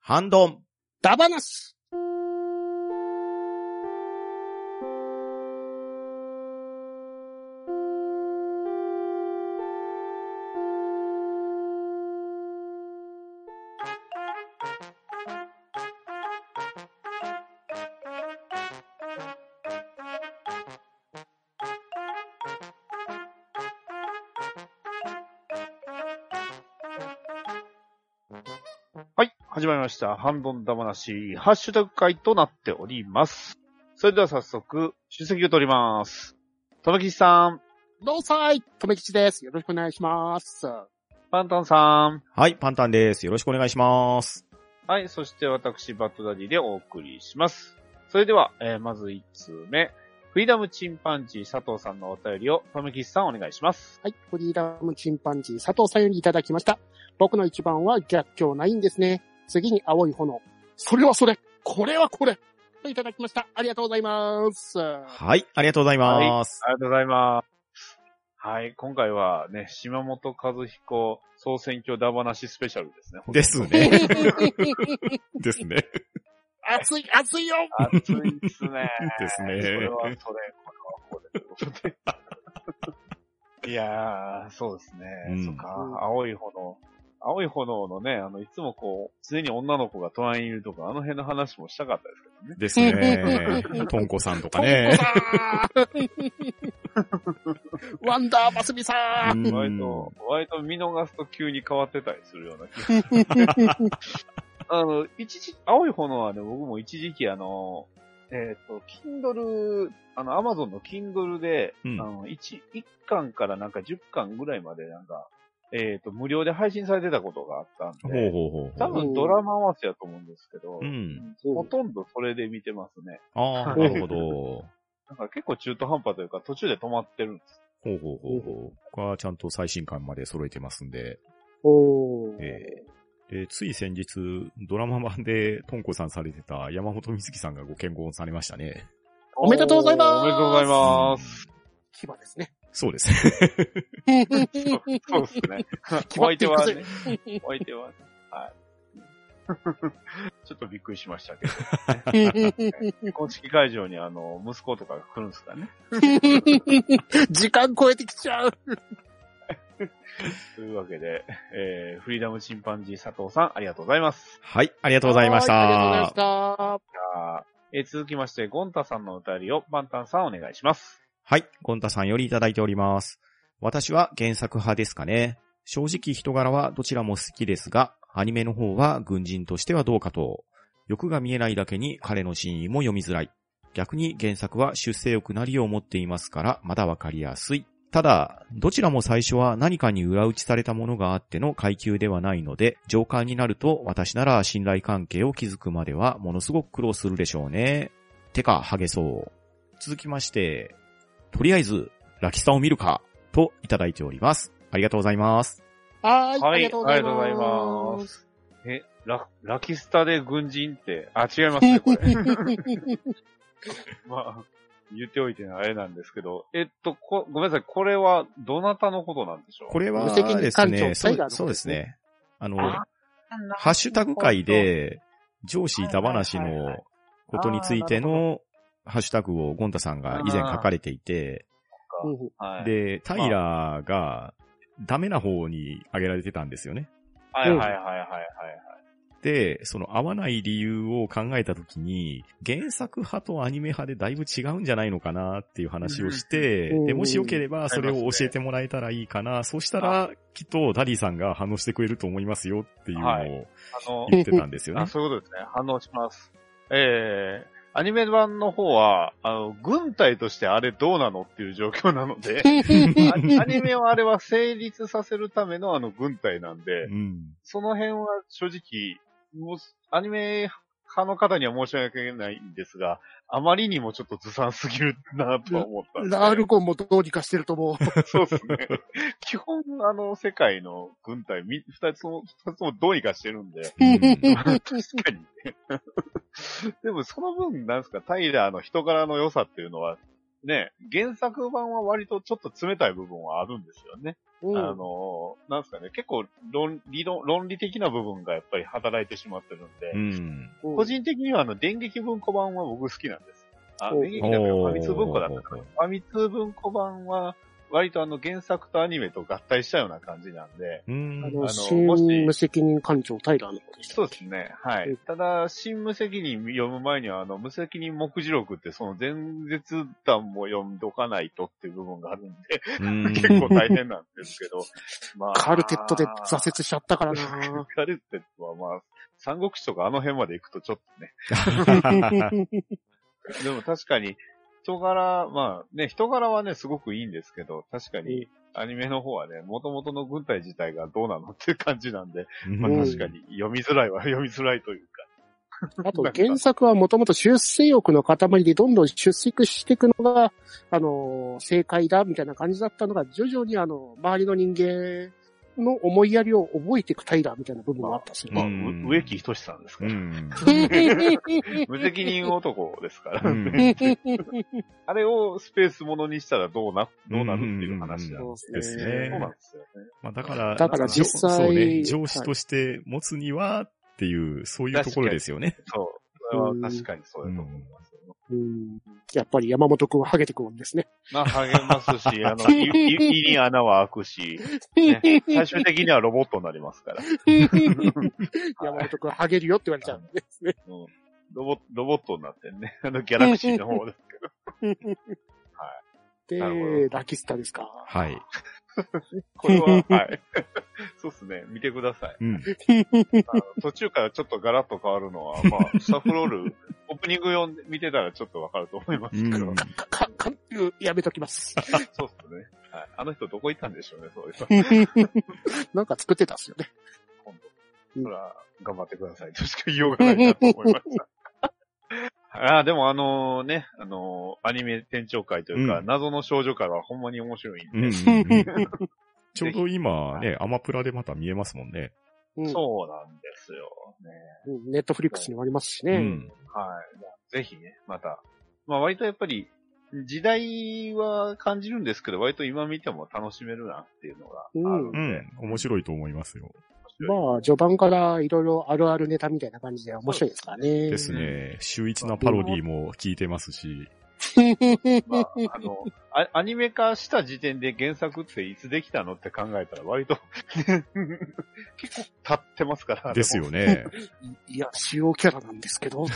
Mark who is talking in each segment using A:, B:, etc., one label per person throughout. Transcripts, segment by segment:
A: ハンドン。
B: ダバナス
C: はい。始まりました。半ドン玉なし、ハッシュタグ会となっております。それでは早速、出席を取ります。玉木さん、
B: どうさいとめきちです。よろしくお願いします。
C: パンタンさん、
A: はい、パンタンです。よろしくお願いします。
C: はい。そして私、バッドダディでお送りします。それでは、えーまず1通目。フリーダムチンパンジー佐藤さんのお便りを、玉木さんお願いします。
B: はい。フリーダムチンパンジー佐藤さんよりいただきました。僕の一番は逆境ないんですね。次に青い炎。それはそれ。これはこれ。といただきました。ありがとうございます。
A: はい、ありがとうございます。
C: ありがとうございます。はい。今回はね、島本和彦総選挙ダバなしスペシャルですね。
A: ですね。 ですね。。
B: 熱い、熱いよ
C: 暑いっすね
A: ですね
C: それはそれ、これはこれ。いやー、そうですね。
A: うん
C: そっか
B: うん、
C: 青い炎。青い炎のね、あの、いつもこう、常に女の子が隣にいるとか、あの辺の話もしたかったですけどね。
A: ですね。トンコさんとか
B: トン
A: ね
B: コ。さんワンダーマスミさん
A: うん
C: 割と、割と見逃すと急に変わってたりするような気が。あの、一時、青い炎はね、僕も一時期あの、えっ、と、Kindle、あの、Amazon の Kindle で、
A: うん
C: あの、1、一巻からなんか10巻ぐらいまでなんか、えっ、と、無料で配信されてたことがあったん
A: ほう
C: で、
A: ほうほうほ
C: 多分ドラマ合わせやと思うんですけど、
A: う。うん。
C: ほとんどそれで見てますね。
A: ああ、なるほど。ほ
C: なんか結構中途半端というか途中で止まってるんです。
A: うほうほうほう。僕はちゃんと最新刊まで揃えてますんで。
B: おー
A: えーでつい先日、ドラマ版でトンコさんされてた山本美月さんがご健康されましたね。
B: おめでとうございます
C: おめでとうございます。
B: 牙ですね。
A: そうですね。
C: そうです ね。
B: 決
C: お
B: まっ
C: 相
B: て
C: 手
B: いく
C: は
B: ぜ
C: ね、 お相手はね、 はい。ちょっとびっくりしましたけど、公式会場にあの、息子とかが来るんですかね。
B: 時間超えてきちゃう。
C: というわけで、えー、フリーダムチンパンジー佐藤さん、ありがとうございます。
A: はい、ありがとうございまし
B: はありがとうござい
A: た
B: まし。た。
C: あーえー続きまして、ゴンタさんのお便りをパンタンさんお願いします。
A: はい、ゴンタさんよりいただいております。私は原作派ですかね。正直人柄はどちらも好きですが、アニメの方は軍人としてはどうかと。欲が見えないだけに彼の真意も読みづらい。逆に原作は出世欲なりを持っていますから、まだわかりやすい。ただ、どちらも最初は何かに裏打ちされたものがあっての階級ではないので、上官になると私なら信頼関係を築くまではものすごく苦労するでしょうね。てか、ハゲそう。続きまして、とりあえず、ラキスタを見るか、といただいております。ありがとうございます。
B: はーい、
C: はい
B: ありがとうございます。
C: ありがとうございまえ、ラ、ラキスタで軍人って、あ、違いますね、これ。 まあ、言っておいてあれなんですけど、えっと、こ、ごめんなさい、これは、どなたのことなんでしょう
A: これは
B: 無責任
A: です
B: 艦
A: ね、
B: 長
A: そ
B: タイ
A: う
B: ガーの
A: そうですね。あの、
C: あ
A: ハッシュタグ会、で、上司板話
C: はいはいはいは
A: の
C: い
A: ことについての、ハッシュタグをゴンタさんが以前書かれていて、
B: うん
C: はい、
A: で、タイラーがダメな方に挙げられてたんですよね。
C: はいはいはいはいはいはい。
A: で、その合わない理由を考えたときに、原作派とアニメ派でだいぶ違うんじゃないのかなっていう話をして、
B: うん
A: で、
B: うん
A: もしよければそれを教えてもらえたらいいかな。そうしたら、きっとダディさんが反応してくれると思いますよっていう
C: は
A: のを
C: あの、
A: 言ってたんですよね。
C: あ、そういうことですね。反応します。えー、アニメ版の方は、あの、軍隊としてあれどうなのっていう状況なの で、あアニメはあれは成立させるためのあの軍隊なんで
A: う、ん。
C: その辺は正直、もう、アニメ派の方には申し訳ないんですが、あまりにもちょっとずさんすぎるなとは思ったんで。
B: ラールゴンもどうにかしてると思う。
C: そうですね。基本、あの、世界の軍隊、み二つとも、二つともどうにかしてるんで。
A: うん
C: 確かに ね。でもその分、なんですか、タイラーの人柄の良さっていうのは、ね、原作版は割とちょっと冷たい部分はあるんですよね。
B: うん。
C: あの、なんですかね、結構論理論、論理的な部分がやっぱり働いてしまってるんで、
A: うん。
B: うん
C: 個人的にはあの、電撃文庫版は僕好きなんです。あ、
B: お
C: 電撃だけど、フ
A: おー
C: ァミ通文庫だったかな。ファミ通文庫版は、割とあの、原作とアニメと合体したような感じなんで、
A: うん
B: あ。
C: あ
B: の、
C: の
B: 新
C: もし
B: 無責任官長タイラーのことでした。
C: そうですね。は
B: うん
C: い。ただ、新無責任読む前には、あの、無責任目次録って、その前日談も読んどかないとっていう部分があるんで、
A: うん
C: 結構大変なんですけど、まあ
B: カルテットで挫折しちゃったからな
C: カルテットはまあ、三国志とかあの辺まで行くとちょっとね、でも確かに、人柄、まあね、人柄はね、すごくいいんですけど、確か
B: うん
C: に、アニメの方はね、元々の軍隊自体がどうなのっていう感じなんで、まあ
B: うん
C: 確かに読みづらいは読みづらいという
B: あと、原作はもともと出世欲の塊でどんどん出世していくのが、あの、正解だ、みたいな感じだったのが、徐々にあの、周りの人間の思いやりを覚えていくタイラーみたいな部分があったんですよ
C: か、まあ、
A: う
C: うん
B: ね。
A: ん
C: 植木仁さんですか
A: う
C: ら、
A: ん。
C: 無責任男ですから、
A: うん
C: あれをスペースものにしたらどうな、どうなるっていう話なん
B: そう
A: で
B: ですす
C: そうなん
A: ね
B: ね。
C: ですよね。
A: まあだから、
B: だから実際
A: そうね、
B: はい
A: 上司として持つにはっていう、そういうところですよね。
C: そう。それは確かにそうだと思いますよ。
B: うんやっぱり山本くんはハゲてくるんですね。
C: まあ、励ますし、あの、いい胃に穴は開くし、ね最終的にはロボットになりますから。
B: 山本くんハゲるよって言われちゃうんですね。
C: うんロボロボットになってんね。あ の、ギャラクシーの方ですけど。なるほ
B: で、ラキスタですか。
A: はい。
C: これは、はい。 そうっすね。見てください。
A: うん。
C: あの途中からちょっとガラッと変わるのは、まあ、スタッフロール、オープニング読んで見てたらちょっとわかると思いますけど、
A: うん
B: か、か、か、か、やめときます。
C: そうっすね。はい。あの人どこ行ったんでしょうね、そういう人。
B: なんか作ってたんですよね。
C: 今度。そら、頑張ってくださいとしか言いようがないなと思いました。 ああ、でもあのね、あのーアニメ店長会というか、
A: うん
C: 謎の少女会はほんまに面白いん
A: うんうん
C: で、
A: うんちょうど今ね、アマプラでまた見えますもんね。
B: うん
C: そうなんですよ、ね。
B: うんネットフリックスにもありますし
A: う
B: ね。
A: ん。
C: はい。ぜひね、また。まあ割とやっぱり、時代は感じるんですけど、割と今見ても楽しめるなっていうのがあるん
A: う
C: で。
A: ん。面白いと思いますよ。
C: あ、
B: まあ、序盤からいろいろあるあるネタみたいな感じで面白いですからね。
A: ですね。週一なパロディも聞いてますし。
C: まあ、あのあ、アニメ化した時点で原作っていつできたのって考えたら割と、 結構経ってますから。
A: ですよね。
B: いいや、主要キャラなんですけど。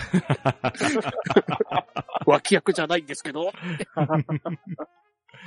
B: 脇役じゃないんですけど。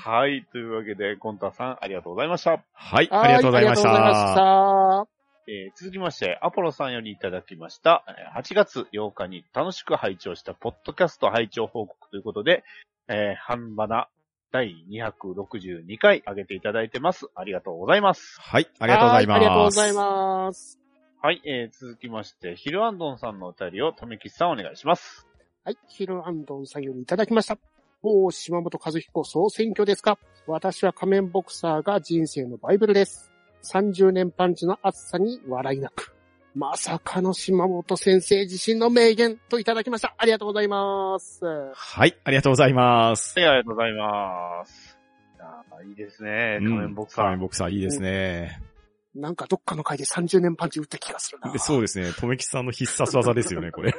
C: はい。というわけで、コンタさん、ありがとうございました。
A: はい。ありがとうございまし。
B: はいありがとうございましたた。
C: えー続きまして、アポロさんよりいただきました。えー8月8日に楽しく拝聴したポッドキャスト拝聴報告ということで、えー、半ばな第262回上げていただいてます。ありがとうございます。
A: はい。ありがとうございます。
B: はありがとうございます。
C: はい。えー続きまして、ヒルアンドンさんのお便りを、とめきさんお願いします。
B: はい、ヒルアンドンさんよりいただきました。もう島本和彦総選挙ですか私は仮面ボクサーが人生のバイブルです。30年パンチの熱さに笑いなく。まさかの島本先生自身の名言といただきました。ありがとうございます。
A: はい。ありがとうございます。
C: はい、ありがとうございます。あーいいですね。仮面ボクサ
A: うん
C: ー。
A: 仮面ボクサーいいですね。
B: なんかどっかの回で30年パンチ打った気がするな
A: で。そう ですね。とめきさんの必殺技ですよね、これ。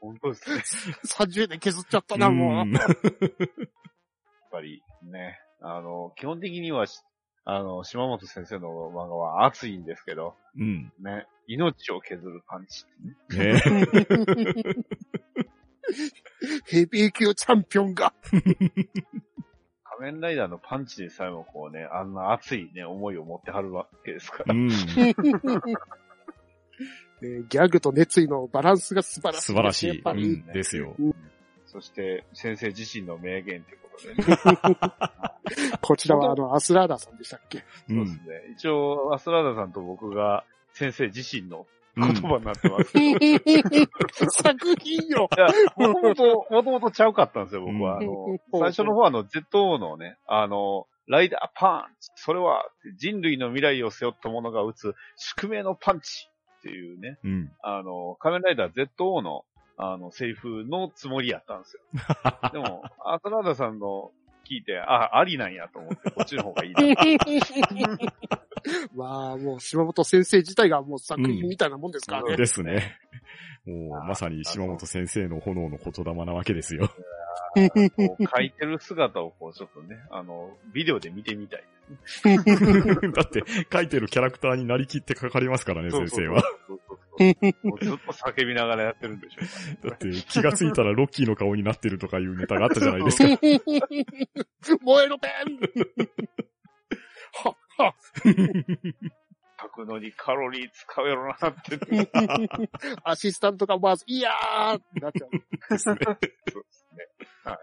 C: 本当ですね。やっ
B: 30年削っちゃったな、も
A: ん
C: ぱりね。あの、基本的にはし、あの、島本先生の漫画は熱いんですけど、
A: うん。
C: ね。命を削るパンチってね。
A: ね
B: う。ヘビー級チャンピオンが。
C: 仮面ライダーのパンチでさえもこうね、あんな熱いね、思いを持ってはるわけですか
A: う
C: ら。
A: ん。
B: えーギャグと熱意のバランスが素晴らしいです
A: 素
B: ね。
A: 晴らし
B: やっ
A: い。
B: ぱ
A: う
B: り。
A: ん。ですよ。
C: そして、先生自身の名言ってことでね。
B: こちらはあの、アスラーダさんでしたっけ
A: う
C: そうです
A: ん
C: ね。。一応、アスラーダさんと僕が先生自身の
A: う
C: 言
A: ん
C: 葉になってます。
B: 作品よ
C: いや、もともと、もともとちゃうかったんですよ、僕は。
A: うん
C: あの、最初の方はあの、ZO のね、あの、ライダーパンチ。それは、人類の未来を背負った者が打つ宿命のパンチっていうね、
A: うん。
C: あの、仮面ライダー ZO のあの、セリフのつもりやったん ですよ。でも、アトラーダさんの聞いて、あ、ありなんやと思って、こっちの方がいいな。
B: まあ、もう、島本先生自体がもう作品みたいなもんですからね。
A: ですね。 もう、まさに島本先生の炎の言霊なわけですよ。
C: こう書いてる姿を、こう、ちょっとね、あの、ビデオで見てみたい。
A: だって、書いてるキャラクターになりきって書かれますからね、先生は。
C: そうそうそうそう。もうずっと叫びながらやってるんでしょうからね
A: だって、気がついたらロッキーの顔になってるとかいうネタがあったじゃないですか。
B: 燃えろペ
C: 書くのにカロリー使うやろなって。
B: ン アシスタントがまず、いやーってなっちゃう。
C: はい。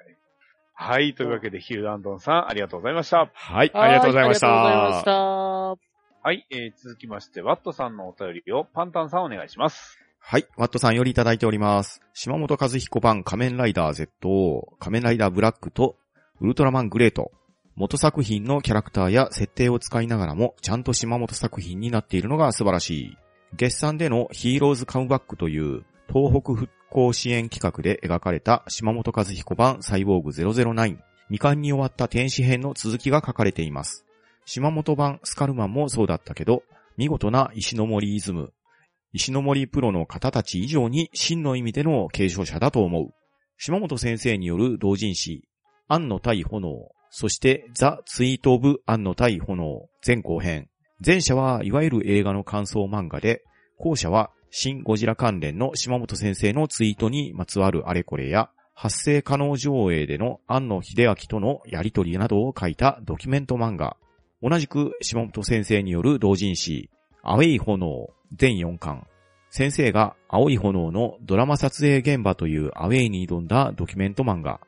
C: はい。というわけで、ヒルダンドンさん、ありがとうございました。
A: はい、ありがとうございまし。
B: はいありがとうございましたた。
C: はい。えー、続きまして、ワットさんのお便りを、パンタンさんお願いします。
A: はい、ワットさんよりいただいております。島本和彦版仮面ライダー Z、仮面ライダーブラックと、ウルトラマングレート。元作品のキャラクターや設定を使いながらも、ちゃんと島本作品になっているのが素晴らしい。月産でのヒーローズカムバックという、東北復興支援企画で描かれた島本和彦版サイボーグ009。未完に終わった天使編の続きが書かれています。島本版スカルマンもそうだったけど、見事な石の森イズム、石の森プロの方たち以上に真の意味での継承者だと思う。島本先生による同人誌、安の対炎、そしてザ・ツイート・オブ・安の対炎、前後編。前者はいわゆる映画の感想漫画で、後者は新ゴジラ関連の島本先生のツイートにまつわるあれこれや、発生可能上映での安野秀明とのやりとりなどを書いたドキュメント漫画。同じく島本先生による同人誌、アウェイ炎、全4巻。先生が青い炎のドラマ撮影現場というアウェイに挑んだドキュメント漫画。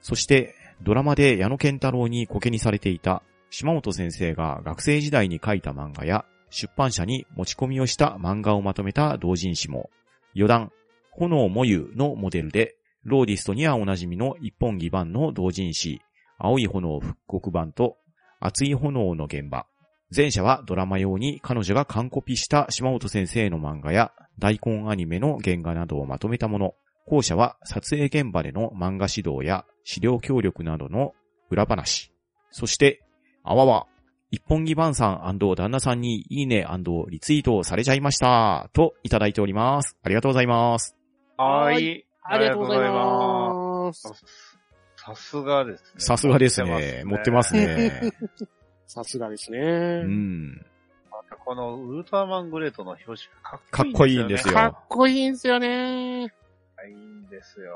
A: そして、ドラマで矢野健太郎にコケにされていた島本先生が学生時代に書いた漫画や、出版社に持ち込みをした漫画をまとめた同人誌も、余談、炎もゆのモデルで、ローディストにはおなじみの一本木版の同人誌、青い炎復刻版と、熱い炎の現場。前者はドラマ用に彼女が完コピした島本先生の漫画や大根アニメの原画などをまとめたもの。後者は撮影現場での漫画指導や資料協力などの裏話。そして、あわわ、一本木番さん旦那さんにいいねリツイートされちゃいました。といただいております。ありがとうございます。
B: はーい
C: はい。
B: ありがとうございます。
C: さすがですね。
A: さすがですね。持ってますすね。
B: さすがです
A: う
B: ね。
A: ん。
C: このウルトラマングレートの表紙が
A: か
C: か
A: っ
C: っ
A: こ
C: こ
A: い
C: い
A: い
C: い
A: ん
C: ん
A: で
C: ですす
A: よ
C: よね。
B: かっこいいんですよね。
C: かっこいいんですよ。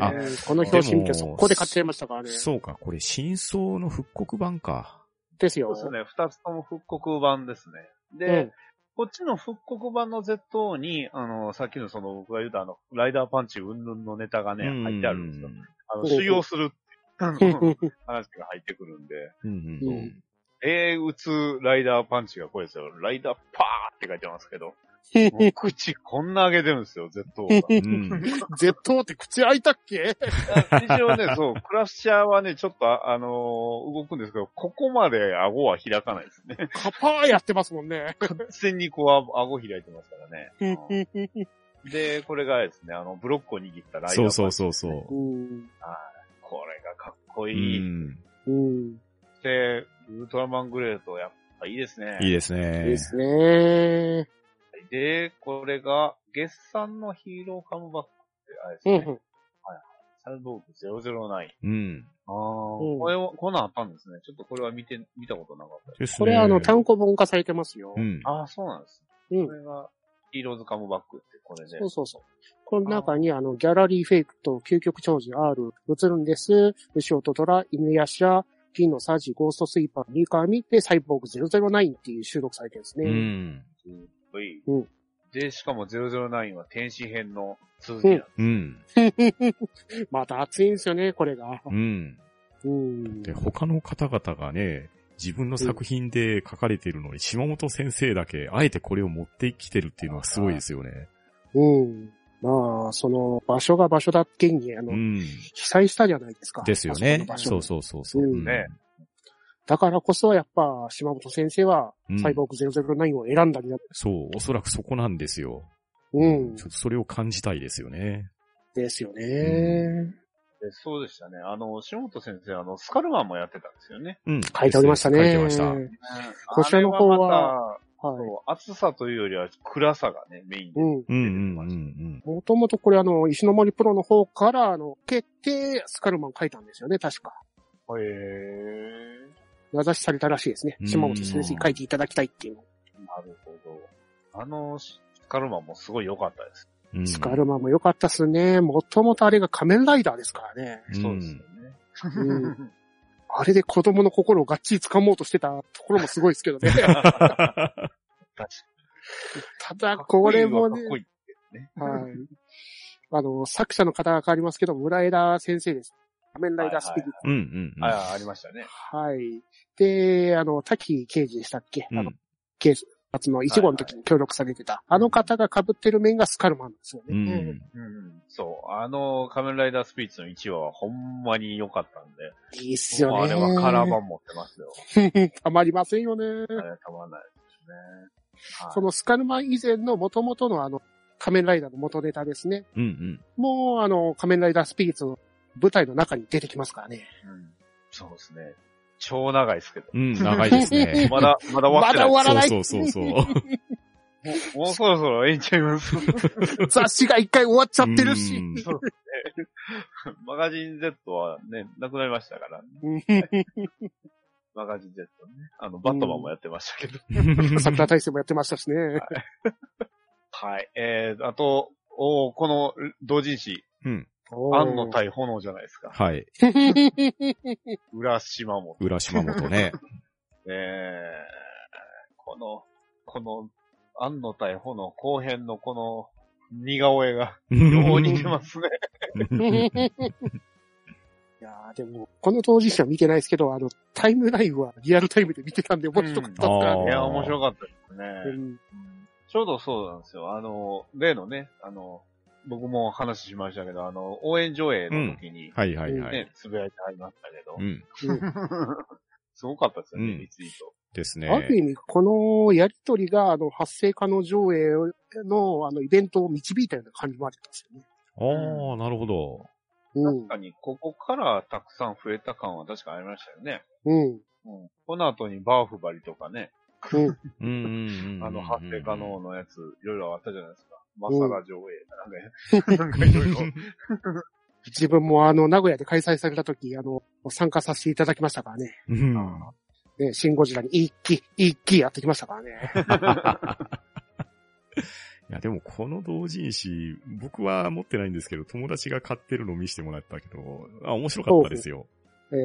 A: あ
C: ね
B: うんこの表紙見て速攻で買っちゃいましたからね。
A: そうか、これ真相の復刻版か。
B: ですよ。
C: そうですね。二つとも復刻版ですね。で、
B: うん
C: こっちの復刻版の ZO に、あの、さっきのその僕が言うたあの、ライダーパンチ云々のネタがね、入ってあるんですよ。あの、
B: ほうほう
C: 修行するっていう 話が入ってくるんで、
A: うんうんうん。
C: えー、打つライダーパンチがこれですよ。ライダーパーって書いてますけど、もう口こんな上げてるんですよ、ZO が。
A: うん。
B: Z って口開いたっけ
C: 一応ね、そう、クラッシャーはね、ちょっとあ、あのー動くんですけど、ここまで顎は開かないですね。
B: カパーやってますもんね。
C: 完全にこう、顎開いてますからね。で、これがですね、あの、ブロックを握ったライダーパンチ
A: そうそうそうそうう。
B: ん。
C: これがかっこ
A: う
C: いい。
A: ん。
B: うん。
C: で、ウルトラマングレート、やっぱいいですね。
A: いいです
B: いい
A: ね
B: で。すね。
C: で、これが、月産のヒーローカムバックって、あれです
B: う
C: ね。
B: ん。
C: サルボーグ009。
A: うん。
C: ああ、
B: うん
C: これは、こんなんあったんですね。ちょっとこれは見て、見たことなかったです。
A: ですね
B: これあの、単行本化されてますよ
A: う。ん。
C: ああ、そうなんです。
B: うん
C: こ。れが、ヒーローズカムバックって、これで。
B: そうそうそう。この中に、あの、ギャラリーフェイクと究極長寿 R 映るんです。ショートトラ、犬やしら、銀のサジ、ゴーストスイーパー、ニーカーミで、サイボーグ009っていう収録されてるんです
A: う
B: ね。
A: ん。
C: はい
B: うん
C: で、しかも009は天使編の続きだ。
A: うん。
B: また熱いんですよね、これが。
A: うん。
B: うん。
A: で、他の方々がね、自分の作品で書かれているのに、島本先生だけ、あえてこれを持ってきてるっていうのはすごいですよね。
B: うん。まあ、その、場所が場所だけに、あの、
A: うん。
B: 被災したじゃないですか。
A: ですよね。そ
B: あそこの場所
A: うそうそうそう。
B: うん
A: ん
C: ね
B: だからこそ、やっぱ、島本先生は
A: うん、
B: サイボーグ009を選んだんだ。
A: そう、おそらくそこなんですよ。
B: うん
A: ちょ。っとそれを感じたいですよね。
B: ですよね。
A: う
C: でそうでしたね。あの、下本先生、あの、スカルマンもやってたんですよね。
A: うん。
B: 書いておりましたね。
A: 書いてました。
B: こちらの方は
C: あれはまた、そう暑さというよりは暗さがね、メインで。
B: う
A: う
B: ん。
A: んうんうんうん。
B: もともとこれあの、石の森プロの方から、あの、決定スカルマン書いたんですよね、確か。
C: へえ。
B: 名指しされたらしいですね
A: う。ん
B: 島本先生に書いていただきたいっていうの。
C: なるほど。あの、スカルマンもすごい良かったです。
A: うん
B: スカルマンも良かったっすね。もともとあれが仮面ライダーですからね。
A: うん
C: そうですよね。
B: うん。あれで子供の心をがっちり掴もうとしてたところもすごいですけど ね。ただ、 これ
C: か
B: も
C: っこ
B: ね、
C: いい
B: はい。あの、作者の方が変わりますけど、村枝先生です。仮面ライダースピリッツ。
A: うんうんうん。
C: あありましたね。
B: はい。で、あの、滝刑事でしたっけ、
A: うん
B: あの、警察の1号の時に協力されてた。あの方が被ってる面がスカルマンなんですよ
A: う
B: ね。
A: ん
C: うん。そう。あの、仮面ライダースピリッツの1話はほんまに良かったんで。
B: いいっすよね。
C: あれはカラー版持ってますよ。
B: たまりませんよね。
C: あれはたまらないですね。
B: そのスカルマン以前の元々のあの、仮面ライダーの元ネタですね。
A: うんうん。
B: もうあの、仮面ライダースピリッツの舞台の中に出てきますからね。
C: はいうんそうですね。超長いですけど。
A: うん、長いです ね。
C: まだ、まだ終わってない。
B: まだ終わらない
A: そうそうそうそう。
C: もうもうそろそろええんちゃいます。
B: 雑誌が一回終わっちゃってる
A: う
B: し。
A: ん
C: マガジン Z はね、なくなりましたから、マガジン Z ね。あの、バットマンもやってましたけど。
B: 桜大戦もやってましたしね。
C: はい。えー、あと、おーこの同人誌、
A: うん。
C: 安の対炎じゃないですか。
A: はい。
C: 浦島も。
A: 浦島本ね。
C: えー、この、この、安の対炎後編のこの、似顔絵が、よう似てますね。
B: いやーでも、この当事者は見てないですけど、あの、タイムラインはリアルタイムで見てたんで面白かったですから
A: うん
C: い
B: ね。
C: や、面白かったですね。
B: うん
C: ちょうどそうなんですよ。あの、例のね、あの、僕も話しましたけど、あの、応援上映の時に、
A: はいはいはい。
C: ね、つぶやいてありましたけど
A: う、ん。
C: すごかったですよね、
A: うん
C: リツイート。
A: です
B: ある
A: ね。
B: 意味、このやりとりが、あの、発生可能上映の、あの、イベントを導いたような感じもありますよね。
A: ああ、なるほど。
B: うん
C: 確かに、ここからたくさん増えた感は確かありましたよね。。
B: うん。
C: うん、この後にバーフバリとかね、
B: う
A: う
B: ん。
A: んうんうんうん。
C: あの、発生可能のやつ、いろいろあったじゃないですか。マサラ上映、なんか、なんかい ろいろ。
B: 自分もあの、名古屋で開催された時、あの、参加させていただきましたからね。
A: うん。
B: ね、シンゴジラに一気、一気やってきましたからね。
A: いや、でもこの同人誌、僕は持ってないんですけど、友達が買ってるのを見せてもらったけど、あ、面白かったですよ。
B: え
C: いい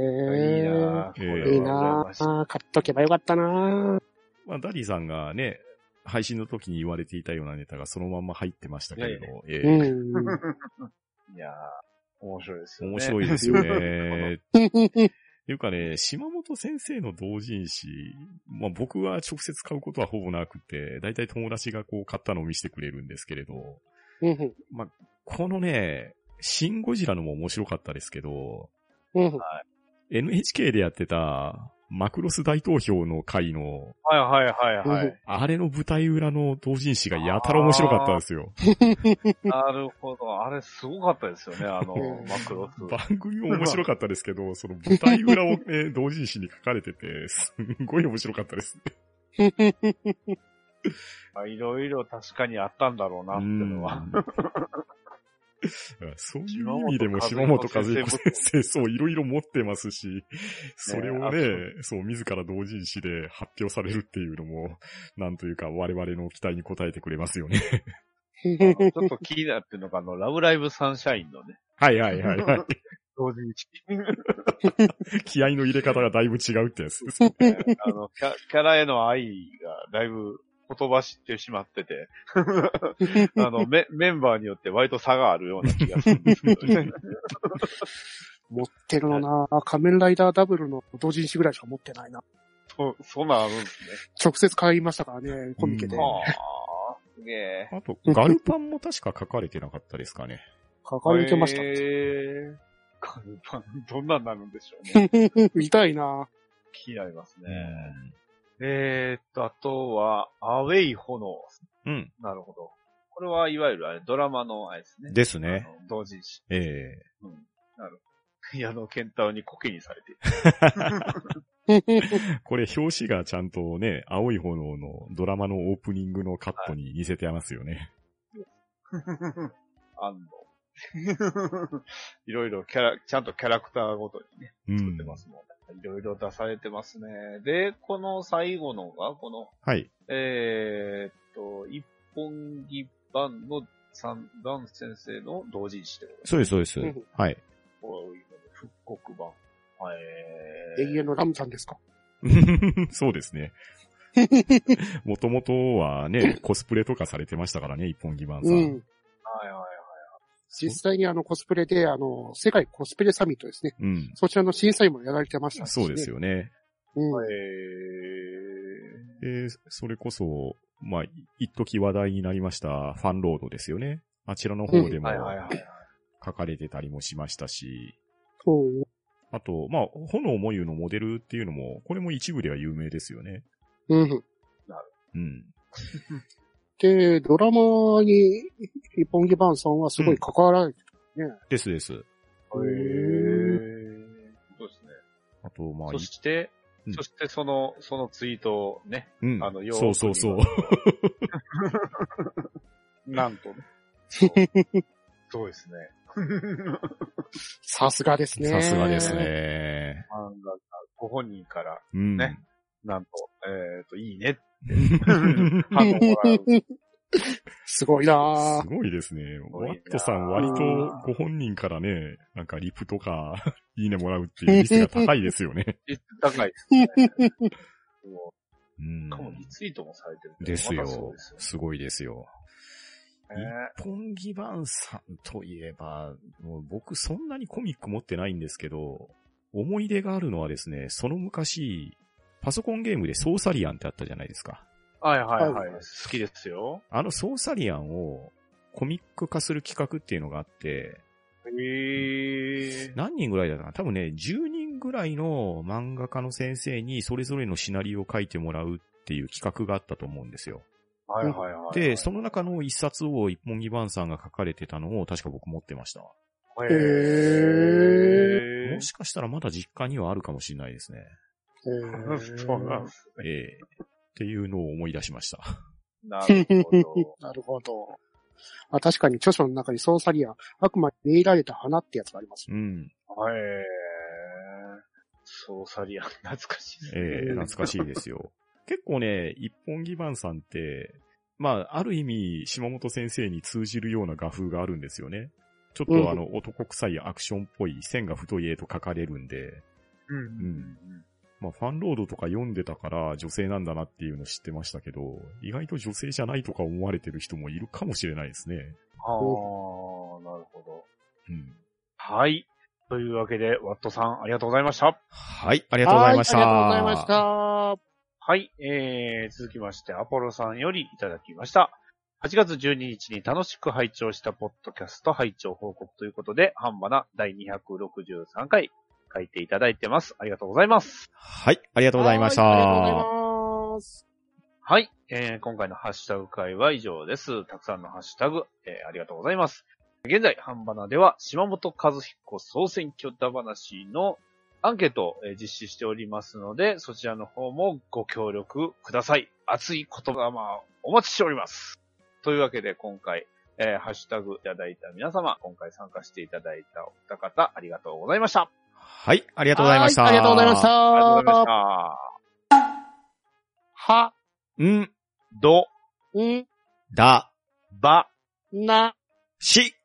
B: ー
C: なぁ、これ
A: ぁ
B: いい
C: は羨
B: な
C: ましい。
B: ぁ。買っとけばよかったなぁ。
A: まあ、ダリーさんがね、配信の時に言われていたようなネタがそのまんま入ってましたけれど、ええ
B: うん。
C: いやー面白いですよね。
A: 面白
C: い。
A: いですよね。っていうかね、島本先生の同人誌、まあ僕は直接買うことはほぼなくて、だいたい友達がこう買ったのを見せてくれるんですけれど、
B: うん。
A: このね、シンゴジラのも面白かったですけど、
B: うん。
A: NHK でやってたマクロス大投票の回の、
C: はいはいはいはい。
A: あれの舞台裏の同人誌がやたら面白かったんですよ。
C: なるほど。あれ、すごかったですよね、あの
B: うん、
C: マクロス。
A: 番組も面白かったですけど、その舞台裏をね、同人誌に書かれてて、すんごい面白かったですね。
C: あいろいろ確かにあったんだろうな、っていうのは。
A: うん そういう意味でも島本和彦先生、そう、いろいろ持ってますし、それをね、そう、自ら同人誌で発表されるっていうのも、なんというか我々の期待に応えてくれますよね。
C: ちょっと気になってるのが、あの、ラブライブサンシャインのね、
A: はいはいはいは
C: 同時に、
A: い。気合の入れ方がだいぶ違うってやつです。
C: あのキャ、キャラへの愛がだいぶ、ほとばしってしまってて、あ の、メ、メンバーによって割と差があるような気がするんですけど ね。
B: 持ってるのなぁ。仮面ライダーダブルの同人誌ぐらいしか持ってないな。
C: そ、そんなんあるんです
B: 直接買いましたからね、コミケで
A: う
C: ね。
A: ん。
C: はあ、すげえ。
A: あと、ガルパンも確か書かれてなかったですかね。
B: 書かれてました。
C: えー、カルパン、どん なんなるんでしょうね。
B: 見たいな
C: 気になりますね。
A: う
C: えーっと、あとは、アウェイ炎。
A: ん。
C: なるほど。これはいわゆるあれドラマのあれですね。
A: ですね。
C: あの同人誌。
A: ええ
C: うん。なるほど。 矢野健太郎にコケにされてい る。
A: これ表紙がちゃんとね、青い炎のドラマのオープニングのカットに似せてありますよね。
C: あの、 いろいろキャラ、ちゃんとキャラクターごとに
A: う
C: ね、作っ
A: ん
C: て。ますもん。いろいろ出されてますね。で、この最後のが、この、
A: はい。
C: えー、っと、一本木版の三段先生の同人誌ってことです。
A: そうです、そうです
B: うん。
A: はい。
C: こういうので復刻版。え
B: 永
C: ー、
B: 遠のラムさんですか
A: そうです ね。もともとはね、コスプレとかされてましたからね、一本木番さ。
B: うんん。
C: はいはいはい。
B: 実際にあのコスプレで、あの、世界コスプレサミットですね。
A: うん。
B: そちらの審査員もやられてました、
A: そうです
B: よ。
A: よね。
B: うん。
C: え
A: で、それこそ、まあ、一時話題になりましたファンロードですよね。あちらの方で
C: ー、
A: も
C: はいはいはいはい。
A: 書かれてたりもしましたし、
B: そう。
A: あと、まあ、炎もゆのモデルっていうのも、これも一部では有名ですよね。
B: うん。
A: うん。
B: で、ドラマに、一本木バンさんはすごい関わられて
A: ですです。
C: へ
B: うん
C: ーそうですね。
A: あと、まあ、い
C: そして、
A: うん
C: そしてその、そのツイートをね、
A: うん。
C: あのよう
A: そうそうそう。
C: なんとね。そうそうですね。
B: さすがです ね。
A: さすがです。ね。
C: 漫画家ご本人から、
A: うん。
C: ねなんと、えっ、と、いいね、
A: す
C: 反応もらう。
B: すごいなぁ。
A: ごいですね。
C: ごいな
A: ワットさん割とご本人からね、なんかリプとか、 いいねもらうっていうリスクが高いですよ ね。
C: 率高いですね。も
A: う
C: うんしかもリツイートもされてるって
A: です
C: ま
A: よ
C: たそうです。
A: すごいですよ。
C: よね。
A: 一本木番さんといえば、もう僕そんなにコミック持ってないんですけど、思い出があるのはですね、その昔、パソコンゲームでソーサリアンってあったじゃないですか。
C: はいはい
B: は
C: はいい。好きですよ。
A: あのソーサリアンをコミック化する企画っていうのがあって、
C: へえ。
A: 何人ぐらいだったかな多分ね、10人ぐらいの漫画家の先生にそれぞれのシナリオを書いてもらうっていう企画があったと思うんですよ。
C: はいはいはい。
A: で、その中の一冊を一本木番さんが書かれてたのを確か僕持ってました。
C: へ
B: へ
C: え
A: も。しかしたらまだ実家にはあるかもしれないですね。
B: え
C: そうなんですね。
A: ええっていうのを思い出しました。
C: なるほど。
B: なるほど。あ確かに著書の中にソーサリアン、悪魔に練られた花ってやつがあります。
A: うん。
C: はい。ソーサリアン、懐かしいです
A: え
C: ね。
A: え懐かしいですよ。結構ね、一本木番さんって、まあ、ある意味、島本先生に通じるような画風があるんですよね。ちょっ
B: うん
A: とあの、男臭いアクションっぽい線が太い絵と描かれるんで、
C: うん
A: まあ、ファンロードとか読んでたから女性なんだなっていうの知ってましたけど、意外と女性じゃないとか思われてる人もいるかもしれないですね。
C: ああ、なるほど。
A: うん。
C: はい。というわけで、ワットさん、ありがとうございました。
A: はい、あ
B: あ
A: りがとうございました。
B: ありがとうございました。
C: はい、えー、続きまして、アポロさんよりいただきました。8月12日に楽しく拝聴したポッドキャスト拝聴報告ということで、ハンバナ第263回書いていただいてます。ありがとうございます。
A: はい、ありがとうございまし
B: はありがとう
A: た。
B: ございます。
C: はい、えー、今回のハッシュタグ会は以上です。たくさんのハッシュタグ、えー、ありがとうございます。現在、ハンバナでは、島本和彦総選挙だ話のアンケートをえー実施しておりますので、そちらの方もご協力ください。熱い言葉をお待ちしております。というわけで、今回、えーハッシュタグいただいた皆様、今回参加していただいたお二方、ありがとうございました。
A: はい、あり
B: あ
A: がとうございました。
B: ありがとうございまし。
C: ありがとうございましたた。
B: は、
A: うん、
C: ど、
B: ん、
A: だ、
C: ば、
B: な、
A: し、